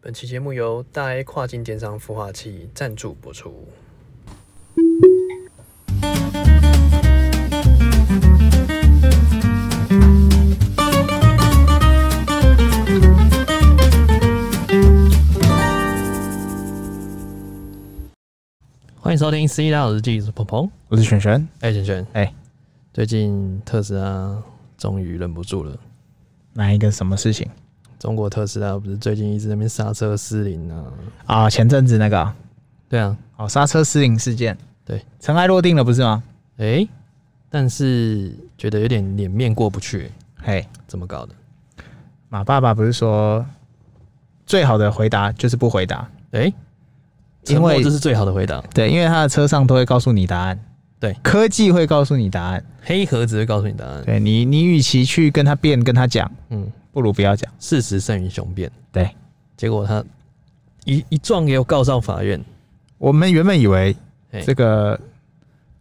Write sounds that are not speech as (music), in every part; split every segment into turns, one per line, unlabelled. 本期节目由大 A 跨境电商孵化器赞助播出。欢迎收听《C 大佬日记》，我是鹏鹏。
我是璇璇，
哎，璇璇，
哎，
最近特斯拉终于忍不住了。
哪一个什么事情
中国特斯拉不是最近一直在那边刹车失灵啊？
啊？前阵子那个啊
对啊，
哦，刹车失灵事件，
对，
尘埃落定了，不是吗？
诶，但是觉得有点脸面过不去，
嘿，
怎么搞的？
马爸爸不是说最好的回答就是不回答，
诶，
因
沉默
为
这是最好的回答。
对，因为他的车上都会告诉你答案，
对
科技会告诉你答案，
黑盒子会告诉你答案。
对你，你与其去跟他辩、跟他讲，
嗯，
不如不要讲。
事实胜于雄辩。
对，
结果他一一状给我告上法院。
我们原本以为
嘿
这个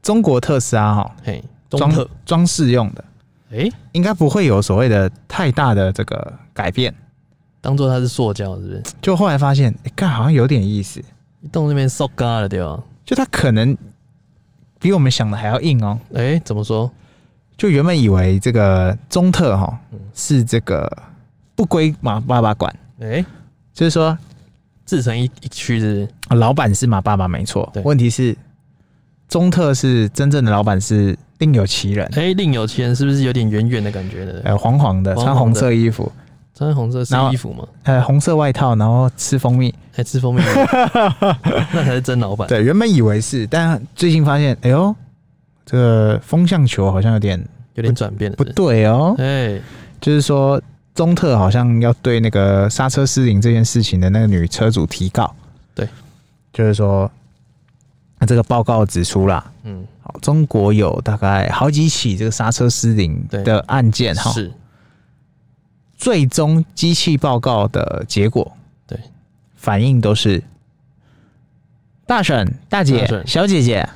中国特斯拉哈
嘿，中
装
特，
装饰用的，
诶，
应该不会有所谓的太大的这个改变，
当做它是塑胶，是不是？
就后来发现，哎、干好像有点意思。
一动那边塑胶了对吧？
就它可能比我们想的还要硬哦。
诶，怎么说？
就原本以为这个中特哈、
嗯
是这个不归马爸爸管，
诶，
就是说
自成一一区是不是
老板是马爸爸没错
对，
问题是中特是真正的老板是另有其人，
诶，另有其人是不是有点远远的感觉的？
呃，黄黄的，
黄黄的
穿红色衣服，
穿红色是
然后
衣服吗？
呃，红色外套，然后吃蜂蜜。
还吃 (laughs) 蜂蜜，那才是真老板。
对，原本以为是，但最近发现，哎呦，这个风向球好像有点
有点转变了，
不对哦。
哎，
就是说中特好像要对那个刹车失灵这件事情的那个女车主提告。
对，
就是说那这个报告指出啦，
嗯，
好，中国有大概好几起这个刹车失灵
对
的案件哈，
是，
最终机器报告的结果，
对，
反应都是大婶、大
大
姐、
婶
小姐姐。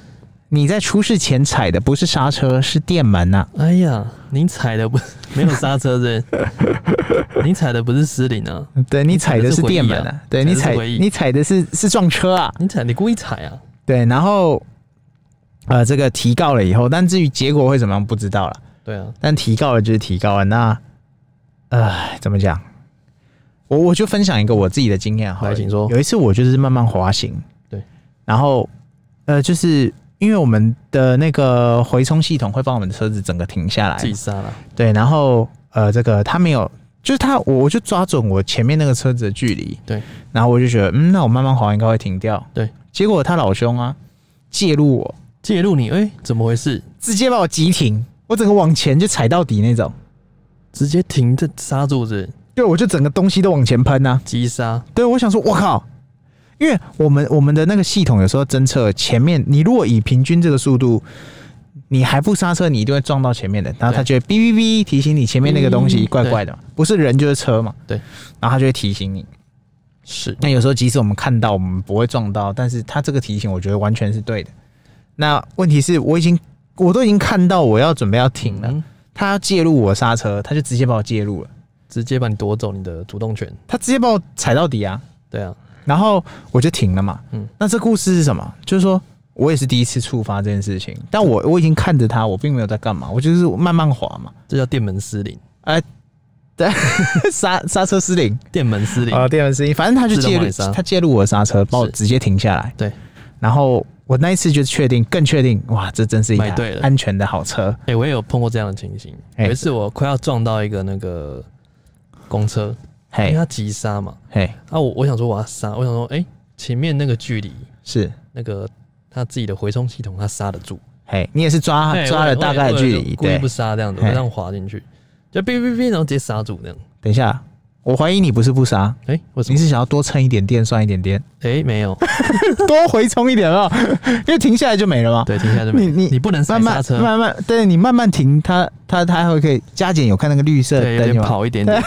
你在出事前踩的不是刹车，是电门啊呐、
哎呀，您踩的不 (laughs) 没有刹车是不是？您踩的不是失灵啊，
对你踩的是电门
你踩的是回忆啊
对你
踩
踩
的是回忆
你踩的是是撞车啊。
你踩你故意踩啊，
对，然后呃，这个提告了以后，但至于结果会怎么样不知道了。
对啊，
但提告了就是提告了，那呃，怎么讲？我我就分享一个我自己的经验好了，
来请说
有一次我就是慢慢滑行，
对，
然后呃，就是因为我们的那个回充系统会帮我们的车子整个停下来
自，己刹了，
对，然后呃，这个他没有，就是他，我我就抓准我前面那个车子的距离，
对，
然后我就觉得，嗯，那我慢慢滑应该会停掉，
对，
结果他老兄啊介入我，
介入你，哎，怎么回事？
直接把我急停，我整个往前就踩到底那种，
直接停着刹住是不是
对，我就整个东西都往前喷啊，
急刹，
对，我想说，我靠。因为我们我们的那个系统有时候侦测前面，你如果以平均这个速度，你还不刹车，你一定会撞到前面的，然后它就会哔哔哔提醒你前面那个东西
嗯
怪怪的嘛，不是人就是车嘛，
对，
然后它就会提醒你。
是
那有时候即使我们看到我们不会撞到，但是他这个提醒我觉得完全是对的。那问题是我已经我都已经看到我要准备要停了，
嗯
他要介入我刹车，他就直接把我介入了，
直接把你夺走你的主动权，
他直接把我踩到底啊，
对啊，
然后我就停了嘛。
嗯
嗯，那这故事是什么？就是说我也是第一次触发这件事情，但我我已经看着他，我并没有在干嘛，我就是慢慢滑嘛， (laughs)
这叫电门失灵，
刹刹车失灵，
电门失灵，
啊，电门声音，反正他就
自动
介
帮
入
你刹，
他介入我的刹车，把我
是
直接停下来。
对，
然后我那一次就确定，更确定，哇，这真是一
买
台
对了
安全的好车。
哎，我也有碰过这样的情形，
哎
有一次我快要撞到一个那个公车，因为
嘿，
它急刹嘛，
嘿，
啊，我我想说我要刹，我想说，哎、前面那个距离，
是，
那个他自己的回充系统，他刹得住，
嘿，你也是抓
哎
啊抓
我也
了大概的距
我也
离。
故意
对
不，刹这样子，我
嘿
这样滑进去，就哔哔哔，然后直接刹住那样。
等一下，我怀疑你不是不刹，
哎、为什
你
么？
是想要多蹭一点电，算一点电，
哎、没有，
(laughs) 多回冲一点啊， (laughs) 因为停下来就没了嘛。
对，停下来就没有。
你你
你不能踩
慢
刹
慢
车，
慢慢，对你慢慢停，它它它还会可以加减，有看那个绿色
对，有
灯
点
有吗？
跑一点
(laughs)
点。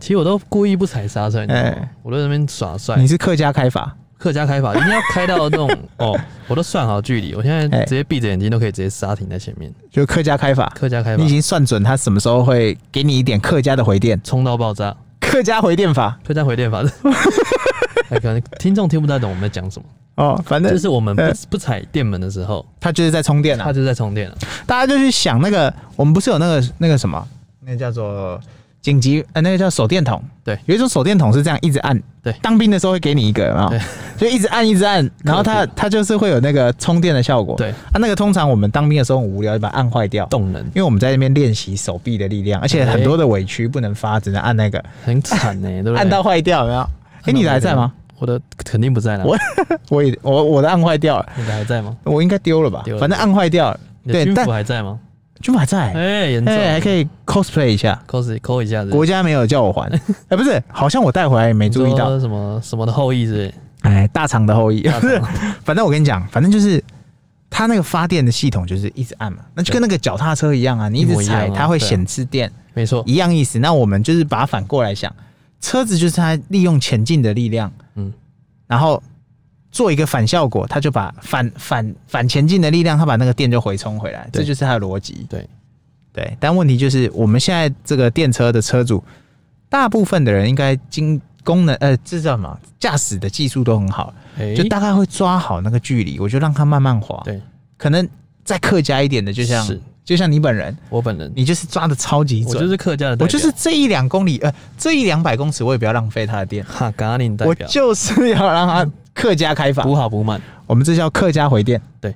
其实我都故意不踩刹车，你知道吗
哎？
我都在那边耍帅
你。是客家开法，
客家开法一定要开到那
(laughs)
种哦，我都算好距离，我现在
哎
直接闭着眼睛都可以直接刹停在前面。
就客家开法，
客家开法
你已经算准它什么时候会给你一点客家的回电。
冲到爆炸，
客家回电法
客家回
(laughs)
电法的，哎可能听众听不太懂我们在讲什么。
哦，反正
就是我们不
呃
不踩电门的时候，
他就是在充电啊
它。就在充电了。
大家就去想那个，我们不是有那个那个什么，那个叫做紧急呃，那个叫手电筒。
对
有一种手电筒是这样一直按。
对
当兵的时候会给你一个啊
对，
(laughs) 就一直按一直按，然后它
刻
它就是会有那个充电的效果。
对，
啊，那个通常我们当兵的时候很无聊，就把它按坏掉。
动能
因为我们在那边练习手臂的力量，而且很多的委屈不能发，只能按那个，
很惨欸呢、对不对？
按到坏掉有没有？哎、
按到
你的还在吗？
我的肯定不在了。
我我也我我的按坏掉了，
你的还在吗？
我应该丢了吧？
丢了
反正按坏掉了。
你的
对
军
但
服还在吗？
军法在，哎、
哎，严重，
还可
以
以 cosplay 一下。
cos 扣一下子。
国家没有叫我还，哎、 (laughs) 不是，好像我带回来也没
你
注意到，
说什么什么的后裔是不是
哎，大厂的后裔，
大厂
(laughs) 反正我跟你讲，反正就是它那个发电的系统就是一直按嘛，那就跟那个脚踏车一样啊，你一
一
直
模一样啊
踩它会
对啊
显示电，
没错，
一样意思。那我们就是把它反过来想，车子就是它利用前进的力量，
嗯，
然后做一个反效果，它就把反反反前进的力量，它把那个电就回充回来，
对
这就是它的逻辑。
对
对，但问题就是我们现在这个电车的车主，大部分的人应该经功能呃，这叫什么？驾驶的技术都很好，
哎，
就大概会抓好那个距离，我就让它慢慢滑。
对，
可能再客家一点的，就像
是
就像你本人，
我本人，
你就是抓的超级
我
准。
就是客家的代表，
我就是这一两公里，呃，这一两百公尺，我也不要浪费它的电，
哈嘎令代
我
表，
就是要让它客家开法。
补好补满。
我们这叫客家回电。
对，我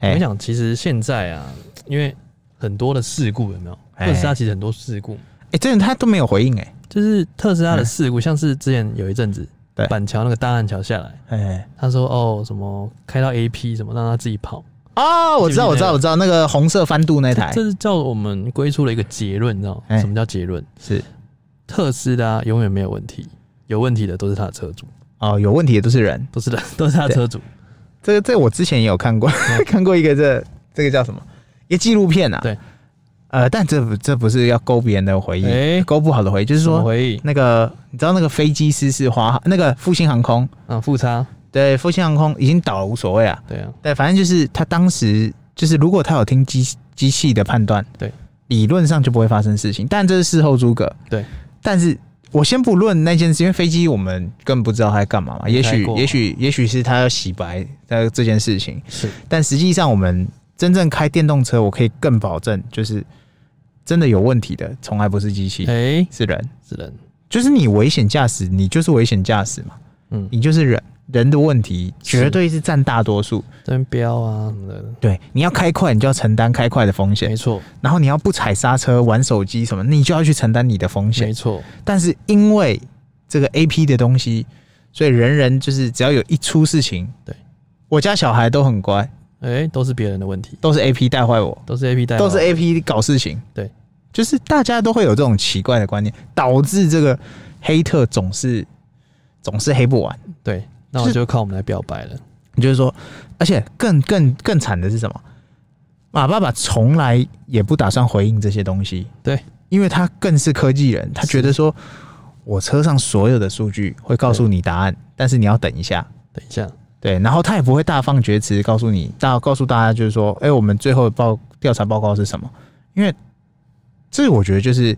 哎、
跟你讲，其实现在啊，因为很多的事故有没有？
哎
特斯拉其实很多事故，
哎、真的他都没有回应、哎
就是特斯拉的事故，像是之前有一阵子
嗯对，
板桥那个大汉桥下来，
哎，
他说哦什么开到 AP 什么，让他自己跑，
哦，我知道，我知道，我知道，那个红色翻肚那台
这是叫我们归出了一个结论，你知道吗
哎
什么叫结论？
是
特斯拉永远没有问题，有问题的都是他的车主，
哦，有问题的都是人。
都是的， (laughs) 都是他的车主。
啊这个这我之前也有看过， (laughs) 看过一个这这个叫什么？一个纪录片啊。
对。
呃，但这不这不是要勾别人的回忆，
哎
勾不好的回忆，就是
什么
说
回忆？
那个你知道那个飞机失事华那个复兴航空，
啊，复差，
对，复兴航空已经倒了无所谓啊，
对啊，
对，反正就是他当时就是如果他有听机机器的判断，
对，
理论上就不会发生事情，但这是事后诸葛。
对，
但是我先不论那件事，因为飞机我们根本不知道他在干嘛嘛，也许
开过
也许也许是他要洗白呃这件事情，
是
但实际上我们真正开电动车，我可以更保证，就是真的有问题的，从来不是机器，
哎、
是人，
是人，
就是你危险驾驶，你就是危险驾驶嘛，
嗯，
你就是人，人的问题绝对是占大多数。
这边标啊什么的，
对，你要开快，你就要承担开快的风险
没；错，
然后你要不踩刹车、玩手机什么，你就要去承担你的风
没
险。
错，
但是因为这个 A P 的东西，所以人人就是只要有一出事情，
对
我家小孩都很乖，
哎、都是别人的问题，
都是 A P 带坏我，
都是 A P 代，
都是 A P 搞事情。
对，
就是大家都会有这种奇怪的观念，导致这个黑特总是总是黑不完。
对，那我
是
就靠我们来表白了，
也就是说，而且更更更惨的是什么？马爸爸从来也不打算回应这些东西，
对，
因为他更是科技人，他
是
觉得说，我车上所有的数据会告诉你答案，但是你要等一下，
等一下，
对，然后他也不会大放厥词，告诉你大告诉大家就是说，哎、我们最后的报调查报告是什么？因为这我觉得就是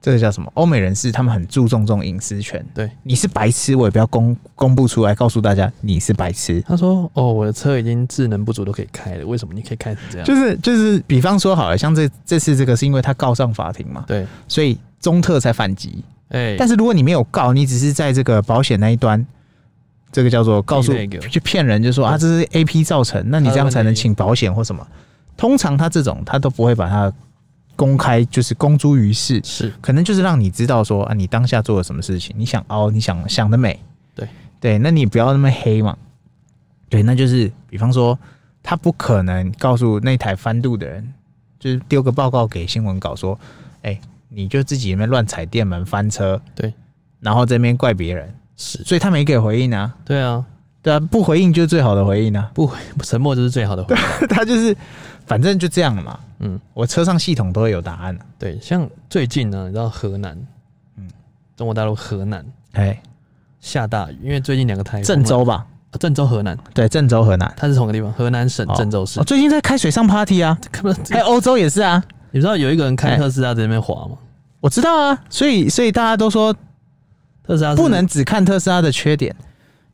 这个叫什么？欧美人士他们很注重这种隐私权，
对，
你是白痴，我也不要公公布出来，告诉大家你是白痴，
他说哦，我的车已经智能不足都可以开了，为什么你可以开成这样？
就是就是，比方说好了，像这这次这个是因为他告上法庭嘛，
对，
所以中特才反击。
哎、
但是如果你没有告，你只是在这个保险那一端，这个叫做告诉
避那个
去骗人，就说啊这是 A P 造成，那你这样才能请保险或什么。通常他这种他都不会把它公开，就是公诸于世，
是
可能就是让你知道说啊你当下做了什么事情，你想凹，你想想得美，
对
对，那你不要那么黑嘛。对，那就是比方说，他不可能告诉那台翻肚的人，就是丢个报告给新闻稿说，哎、你就自己那边乱踩电门翻车，
对，
然后这边怪别人，
是，
所以他没给回应啊。
对啊，
对啊，不回应就是最好的回应啊。 (laughs)
不回沉默就是最好的回答，
他就是反正就这样了嘛。
嗯，
我车上系统都会有答案的、啊
对，像最近呢，你知道河南，嗯
嗯，
中国大陆河南
哎、
下大雨，因为最近两个台风，
郑州吧，
啊郑州河南，
对，郑州河南，
它是同一个地方，河南省
哦
郑州市
哦，。最近在开水上 party 啊，
(laughs) 看不到
还有欧洲也是啊。
你知道有一个人开
哎
特斯拉在那边滑吗？
我知道啊，所以所以大家都说
特斯拉是
不能只看特斯拉的缺点，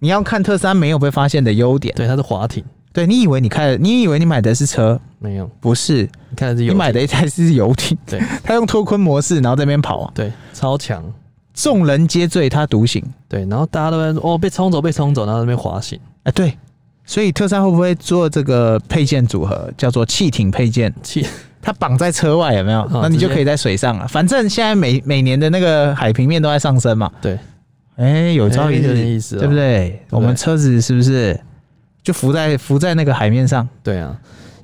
你要看特斯拉没有被发现的优点。
对，它是滑艇，
对你以为你开的，你以为你买的是车，
没有，
不是，
你看的是
你
有
买的一台是游艇，
对
(laughs) 他用脱困模式，然后在那边跑啊，
对超强，
众人皆醉他独醒。
对，然后大家都在说哦被冲走被冲走，然后在那边滑行，
哎、对，所以特斯拉会不会做这个配件组合，叫做汽艇配件？
气
它绑在车外有没有？
嗯
那你就
直接
可以在水上了。反正现在每每年的那个海平面都在上升嘛。
对，
哎、 (laughs) 有朝一
哎有点
日，
意思哦
对不对？我们车子是不是就浮在浮在那个海面上？
对啊，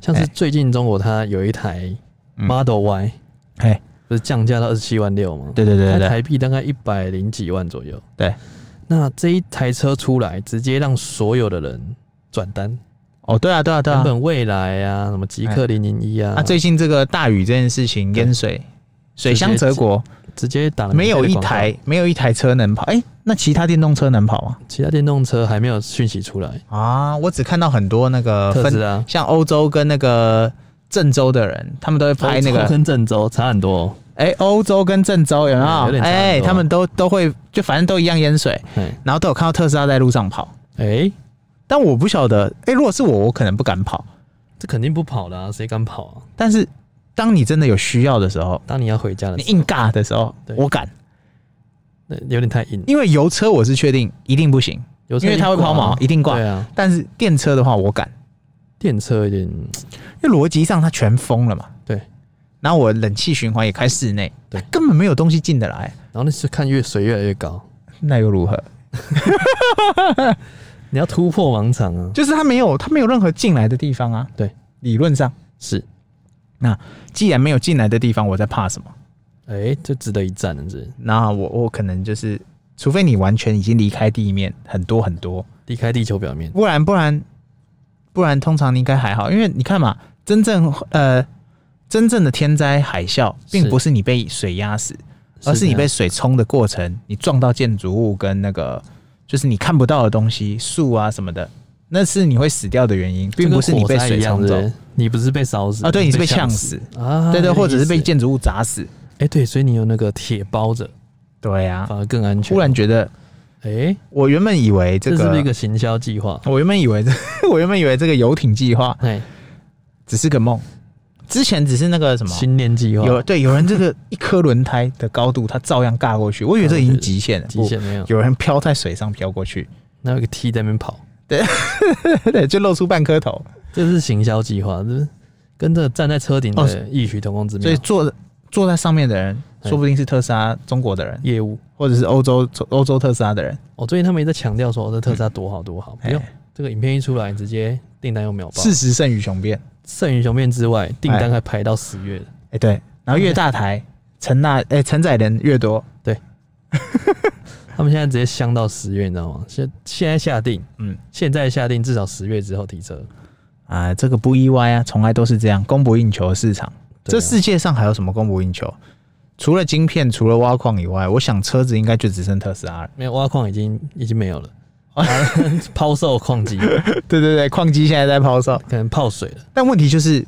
像是
哎
最近中国它有一台
嗯
Model Y，、
哎、
不是降价到二十七万六吗？
对对对
它
对对，
台币大概一百零几万左右。
对，
那这一台车出来，直接让所有的人转单，
哦，对啊，对啊，对
原
啊。
本未来啊，什么极客零零一啊，
啊，最近这个大雨这件事情淹水，水乡泽国
直接打了
没有
免
一
费的广告，
台没有一台车能跑。哎、那其他电动车能跑吗？
其他电动车还没有讯息出来，
啊，我只看到很多那个
特
呃分
斯拉
像欧洲跟那个郑州的人，他们都会拍那
欧洲
个，
跟郑州差很多、哦，
哎，欧洲跟郑州有没
嗯有
有？
点差很
哎、
多
他们都都会，就反正都一样淹水，
哎
然后都有看到特斯拉在路上跑。
(laughs) 哎、
但我不晓得，哎、如果是我，我可能不敢跑。
这肯定不跑的啊，谁敢跑啊？
但是当你真的有需要的时候，
当你要回家的
你
时
硬尬的时候，
对
我敢，
候，那有点太硬，
因为油车我是确定一定不行，
有
因为它会抛锚一定挂
对啊，
但是电车的话我敢，
电车有点，
因为逻辑上它全封了嘛。
对。
然后我冷气循环也开室内，
对
它根本没有东西进得来，
然后那是看越水越来越高，
那又如何？
你要突破盲场啊，
就是它没有它没有任何进来的地方啊。
对，
理论上，
是，
那既然没有进来的地方，我在怕什么？
哎、这值得一战了，这
那我我可能就是，除非你完全已经离开地面很多很多，
离开地球表面，
不然不然不然，通常你应该还好，因为你看嘛，真正呃真正的天灾海啸，并不是你被水压死，而哦是你被水冲的过程，你撞到建筑物跟那个就是你看不到的东西，树啊什么的，那是你会死掉的原因，并不是你被水冲走。，
你不是被烧死
啊对你是被
呛
呛死
啊，
对对，
有
或者是被
意思
建筑物砸死。
哎对，所以你有那个铁包着，
对啊，
反而更安全。
忽然觉得，
哎，
我原本以为这
这
个，
是不是一个行销计划？
我原本以为这， (laughs) 我原本以为这个游艇计划
哎，
只是个梦，之前只是那个什么，
新年计划
有对有人这个一颗轮胎的高度，它照样尬过去，我以为这已经极限了，
极限没有
不，？有人飘在水上飘过去， (laughs)
那有一个 T 在那边跑，
对，就露出半颗头，
这是行销计划，这是跟这站在车顶
哦
的异曲同工之
所
妙
以。坐坐在上面的人，
嗯
说不定是特斯拉中国的人，
业务，
或者是欧洲欧洲特斯拉的人，
我最近他们也在强调说，哦这特斯拉多好多好，不用
哎
这个影片一出来，直接订单又秒爆。
事实胜于雄辩，
剩余雄辩之外，订单还排到十月的。
哎、对，然后越大台承纳哎承载人越多，
他们现在直接香到十月，你知道吗？现现在下定，
嗯
现在下定至少十月之后提车。
啊、这个不意外啊，从来都是这样，供不应求的市场。
对
这
啊
世界上还有什么供不应求？除了晶片，除了挖矿以外，我想车子应该就只剩特斯拉了。
(laughs) 没有挖矿已经已经没有了，啊 (laughs) 抛售矿机 (laughs) 可
对对对，矿机现在在抛售，
能泡水了。
但问题就是，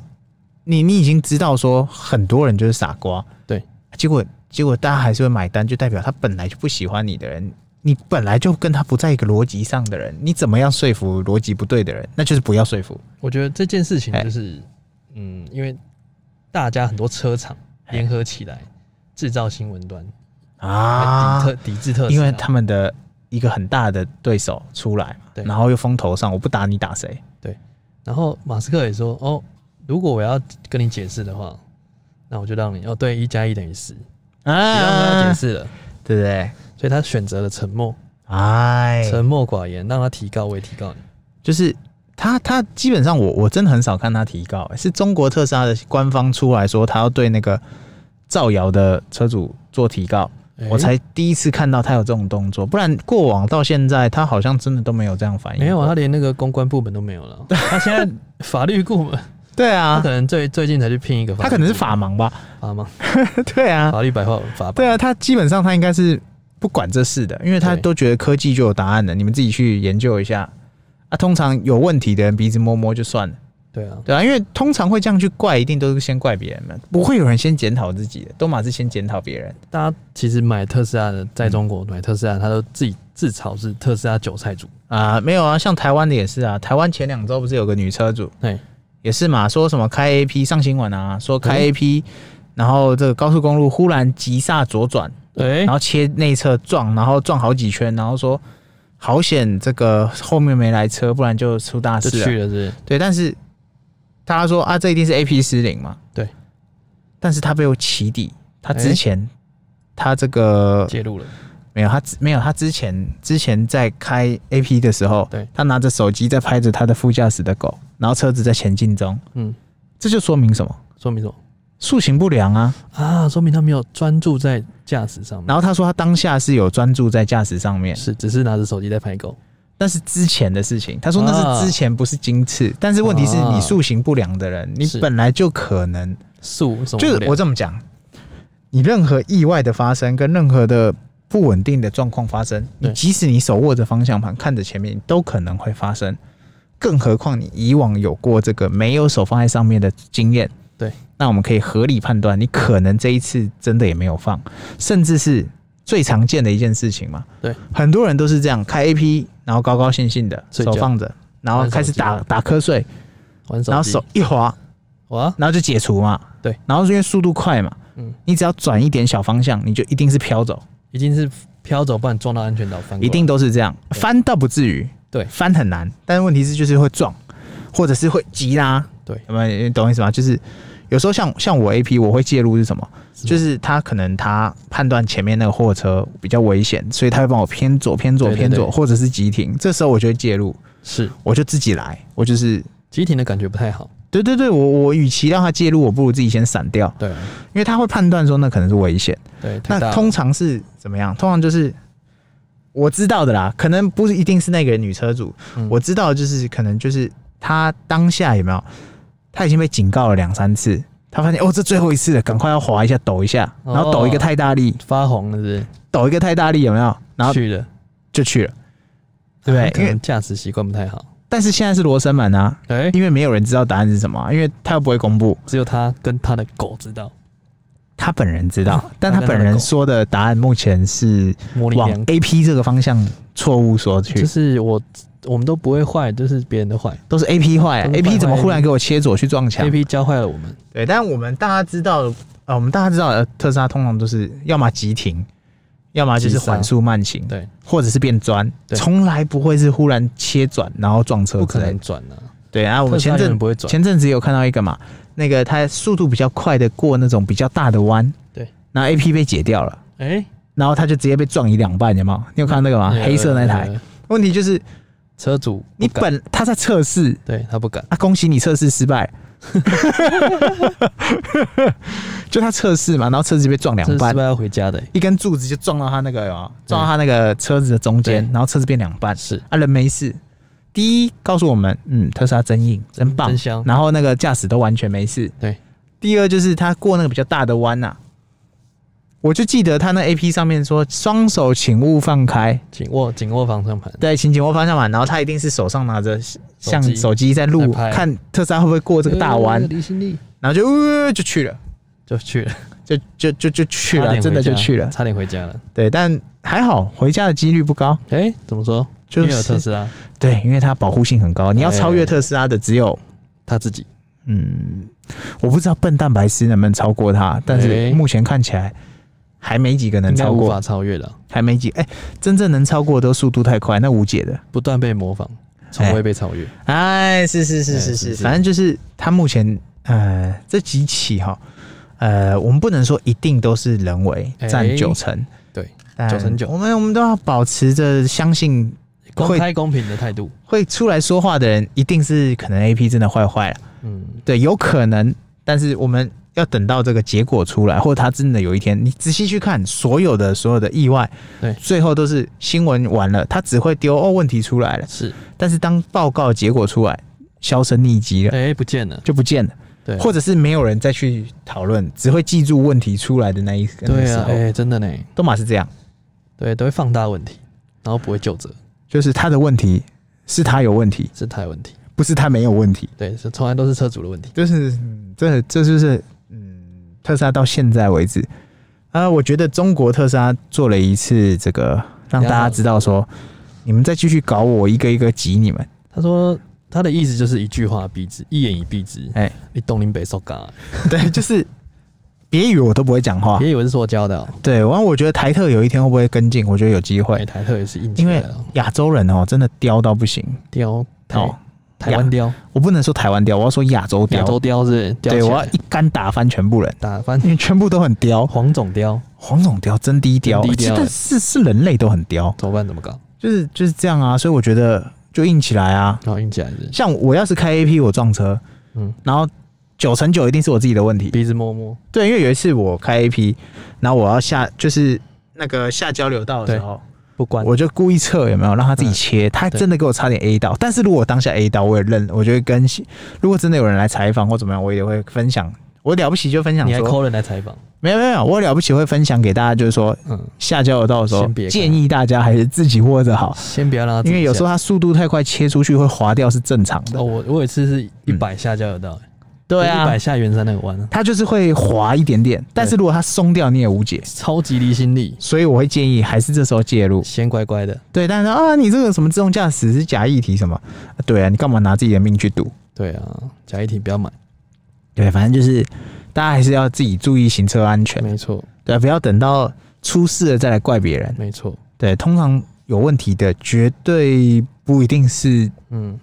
你你已经知道说很多人就是傻瓜，
对，
结果结果大家还是会买单，就代表他本来就不喜欢你的人，你本来就跟他不在一个逻辑上的人，你怎么样说服逻辑不对的人？那就是不要说服。
我觉得这件事情
哎
就是，嗯，因为大家很多车厂
哎
联合起来制造新闻端哎来
啊
抵特抵制特斯拉，
因为他们的一个很大的对手出来嘛，
对
然后又风头上，我不打你打谁？
然后马斯克也说，哦，如果我要跟你解释的话，那我就让你哦，对，一加一等于十，不要跟他解
啊，
释了。
对不对？
所以他选择了沉默，
哎，
沉默寡言，让他提高，我也提高你。
就是他他基本上我我真的很少看他提告、欸是中国特斯拉的官方出来说他要对那个造谣的车主做提告，
哎
我才第一次看到他有这种动作，不然过往到现在他好像真的都没有这样反应。
没有，啊，他连那个公关部门都没有
(laughs)
了。他现在法律顾问，(laughs)
对
他
啊
可，能最最近才去聘一个法律
他
顾
啊
问，
可能是法盲
(laughs)
吧？
法吗？
对啊，
法律白话文法版。
对啊，他基本上他应该是不管这事的，因为他
对
都觉得科技就有答案了，你们自己去研究一下。啊，通常有问题的人鼻子摸摸就算了，
对啊，
对啊，因为通常会这样去怪，一定都是先怪别人嘛，不会有人先检讨自己的，都马是先检讨别人。
大家其实买特斯拉的，在中国买特斯拉，他都自己自嘲是特斯拉韭菜主，
啊，没有啊，像台湾的也是啊，台湾前两周不是有个女车主，
对，
也是嘛，说什么开 A P 上新闻啊，说
嗯
开 A P，、然后这个高速公路忽然急刹左转，
哎
嗯然后切内侧撞，然后撞好几圈，然后说好险这个后面没来车，不然就出大
就
事啊了。
去了是不是
对，但是大家说啊，这一定是 A P 失灵嘛？
对，
但是他被我起底，他
诶
之前、他这个
介入了，
没有，他之没有，他之前之前在开 A P 的时候，
对，
他拿着手机在拍着他的副驾驶的狗，然后车子在前进中，
嗯，
这就说明什么？
说明什么
塑形不良啊！
啊？说明他没有专注在驾驶上面，
然后他说他当下是有专注在驾驶上面，
是只是拿着手机在拍狗，
那是之前的事情。他说那
啊
是之前，不是今次。但是问题是
啊
你塑形不良的人，你
是
本来就可能，
素什么
就是
不了
我这么讲，你任何意外的发生跟任何的不稳定的状况发生，你
对
即使你手握着方向盘看着前面，都可能会发生。更何况你以往有过这个没有手放在上面的经验，
对，
那我们可以合理判断，你可能这一次真的也没有放，甚至是最常见的一件事情嘛。
对，
很多人都是这样开 A P，然后高高兴兴的
睡
手
觉
放着，然后
玩手
开始
机
打打瞌睡，
玩手机，
然后手一滑，
哇，
然后就解除嘛。
对，
然后是因为速度快嘛，
嗯
你只要转一点小方向，你就一定是飘走，
已经是飘走，不然撞到安全岛翻过来，
一定都是这样。
嗯对
翻倒不至于，
对
翻很难，但问题是就是会撞，或者是会急拉，
对
有没有你懂我意思吗？就是有时候像像我 A P 我会介入是什么？
吗
就是他可能他判断前面那个货车比较危险，所以他会帮我偏左偏左
对对
偏左，
对
或者是急停，这时候我就会介入，
是
我就自己来，我就是。
急停的感觉不太好，
对对对，我我与其让他介入，我不如自己先闪掉，
对
因为他会判断说那可能是危险。
对，太大
那
了
通常是怎么样？通常就是我知道的啦，可能不是一定是那个女车主，
嗯
我知道的就是可能就是她当下有没有，她已经被警告了两三次，她发现哦这最后一次了，赶快要滑一下抖一下，
哦
然后抖一个太大力，
发红了是不是？
抖一个太大力有没有？然后
去了，
就去了，对不
啊可
对？因为
能驾驶习惯不太好，
但是现在是罗生门啊，
哎，
因为没有人知道答案是什么啊、因为他又不会公布，
只有他跟他的狗知道，
他本人
(laughs)
知道，但他
他跟他
本
的
人
狗
说的答案目前是
模棱
往
两
A P 这个方向错误说去，
就是我我们都不会坏，就是别人的坏。
都是 A P 坏啊
都是坏
，A P
坏
怎么
AP
忽然给我切左去撞墙
A？P 教坏了我们，
对，但我们大家知道，呃，我们大家知道，呃，特斯拉通常都是要么急停，要么就是
急刹
缓速慢行，
对，
或者是变砖，
对
从来不会是忽然切转然后撞车
不
之
可
类
能
的。
转啊，
对啊，我们
特斯
前
拉永
阵
远不会转
前阵子有看到一个嘛，那个它速度比较快的过那种比较大的弯，
对，
然后 A P 被解掉了，
哎，
然后它就直接被撞一两半，有没有？你有看到那个吗？
那个
啊黑色那台。
呃
问题就是
车主
你
不敢
本它在测试，
对他不敢，
啊，恭喜你测试失败。 (laughs) 就他测试嘛，然后车子被撞
这
两
是失
半
败，要回家的欸，
一根柱子就撞到他那个有没有撞到他那个车子的中间，
对
然后车子变两半。
是
啊，人没事。第一，告诉我们，嗯，特斯拉真硬，真棒，
真香
然后那个驾驶都完全没事。
对。
第二就是他过那个比较大的弯呐、我就记得他那 A P 上面说，双手请勿放开，
紧握紧握方向盘，
对，请紧握方向盘，然后他一定是手上拿着像
手机
手机在
在
录，
拍
看特斯拉会不会过这个大弯
呃，离心力
然后就、呃、就去了，
就去了，
就就就就去
差
了，
点
(laughs) 真的
回
就
家
去了。
差点回家了。
对，但还好回家的几率不高，
哎，怎么说？因
就
为有特
是
斯拉，哎
对，因为它保护性很高，你要超越特斯拉的只有。
他自己
嗯，我不知道笨蛋白痴能不能超过它，但是
哎
目前看起来还没几个能
应该
超
无
过
法，超越的，
还没几哎、真正能超过的都速度太快，那无解的。
不断被模仿，从
哎
未被超越。
哎，是是
哎
是是
是
是，
是
反正就是他目前呃这几起哈，呃，我们不能说一定都是人为
哎
占九成，
对，
但
99
我们我们都要保持着相信
公
会
开公平的态度，
会出来说话的人，一定是可能 A P 真的坏坏了，
嗯，
对，有可能，但是我们要等到这个结果出来，或者他真的有一天，你仔细去看所有的所有的意外，
对
最后都是新闻完了，他只会丢哦问题出来了，
是，
但是当报告结果出来，销声匿迹了。
哎，不见了，
就不见了，
对，
或者是没有人再去讨论，只会记住问题出来的那一那个
对
时
啊，
候，
哎，真的呢，
都嘛是这样，
对，都会放大问题，然后不会就责，
就是他的问题是他有问题，
是他有问题，
不是它没有问题，
对，是从来都是车主的问题。
就是、嗯、这这就是嗯，特斯拉到现在为止，啊、我觉得中国特斯拉做了一次这个，让大家知道说，你们再继续搞我，一个一个挤
(laughs)
你们。
他说他的意思就是一句话蔽之，一言以蔽之。
哎
你东林北受嘎，
对，就是别以为我都不会讲
(laughs)
话。
别以为是塑胶的、哦，
对，然后我觉得台特有一天会不会跟进？我觉得有机
美
会。
台特也是硬起
因为
来了，
亚洲人哦，真的刁到不行
雕台
哦。
台湾雕，
我不能说台湾刁，我要说亚洲
亚
刁。
洲雕是雕
对，
起
我
来
要一竿打翻全部人，
打翻
因为全部都很刁。
黄总雕，
黄总刁真低刁，
真低
其
刁
实是是人类都很刁，
怎么办？怎么搞？
就是就是这样啊。所以我觉得就硬起来啊。
然后硬起来是
像我要是开 A P 我撞车，
嗯，
然后九成九一定是我自己的问题。
鼻子摸摸，
对，因为有一次我开 A P，然后我要下就是那个下交流道的时候，
不管
我就故意测有没有让他自己
嗯
切，他真的给我差点 A 到。但是如果我当下 A 到，我也认，我就会跟如果真的有人来采访或怎么样，我也会分享。我了不起就分享
你还
说，
抠人来采访，
没有没有没有，我了不起会分享给大家，就是说
嗯，
下交流道的时候
先别，开
建议大家还是自己握着好，
先不要让他自
因
己
为有时候它速度太快切出去会滑掉是正常
下
的。
哦，我我有一次是一百下交流道，
对
一
啊
百，下圆山那个弯啊，
它就是会滑一点点，但是如果它松掉你也无解，
超级离心力，
所以我会建议还是这时候介入。
先乖乖的，
对，但是啊，你这个什么自动驾驶是假议题什么？啊对啊，你干嘛拿自己的命去赌？
对啊，假一体不要买，
对，反正就是大家还是要自己注意行车安全，
没错
对啊，不要等到出事了再来怪别人。
没错，
对，通常有问题的绝对不一定是
嗯，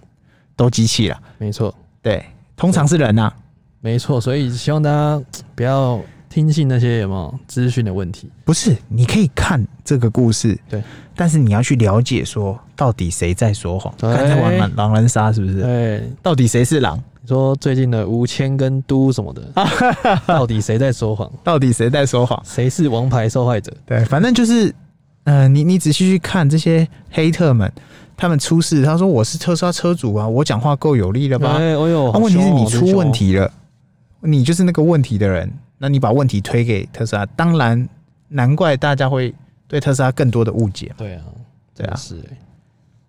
都机器啦，
没错
对，通常是人啊呐、
没错，所以希望大家不要听信那些有没有资讯的问题，
不是，你可以看这个故事，
对，
但是你要去了解说到底谁在说谎，
对
刚才玩狼狼人杀是不是？
对，
到底谁是
(laughs)
狼？
你说最近的吴谦跟都什么
(laughs)
的，到底谁在说谎？
到底谁在说谎？
谁是王牌受害者？
对，反正就是，呃，你你仔细去看这些黑特们，他们出事，他说我是特斯拉车主啊，我讲话够有力了吧？
哎，哎呦，
那、
好
问题是
凶哦
你出问，
真凶哦
题了，你就是那个问题的人，那你把问题推给特斯拉，当然难怪大家会对特斯拉更多的误解嘛，
对啊，
对啊
真，是哎，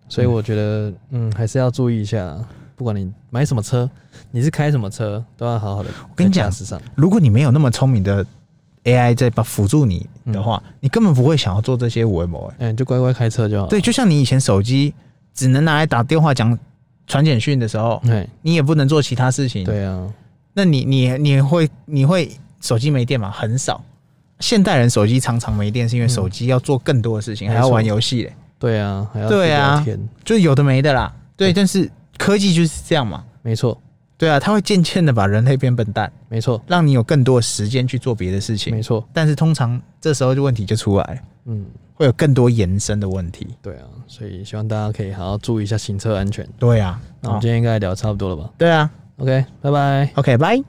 所以我觉得，嗯，还是要注意一下啦。不管你买什么车，你是开什么车，都要好好的。我
跟你讲
时尚
如果你没有那么聪明的 AI 在帮辅助你的话，
嗯
你根本不会想要做这些无为谋、欸。
哎，你就乖乖开车就好。
对，，就像你以前手机只能拿来打电话讲传简讯的时候，
哎，
你也不能做其他事情。，
对啊，
那你你你会你会手机没电吗？很少。现代人手机常常没电，是因为手机要做更多的事情，
嗯没
还
错
要玩游戏嘞，
对啊，还要
对啊
去聊天，
就是有的没的啦。对，
对
但是科技就是这样嘛。
没错，
对啊，它会渐渐的把人类变笨蛋，
没错，
让你有更多的时间去做别的事情
没。错，
但是通常这时候就问题就出来了。
嗯，
会有更多延伸的问题。
对啊，所以希望大家可以好好注意一下行车安全。
对啊，
那我们今天应该聊得差不多了吧
对啊
？OK，拜拜。
，OK，拜。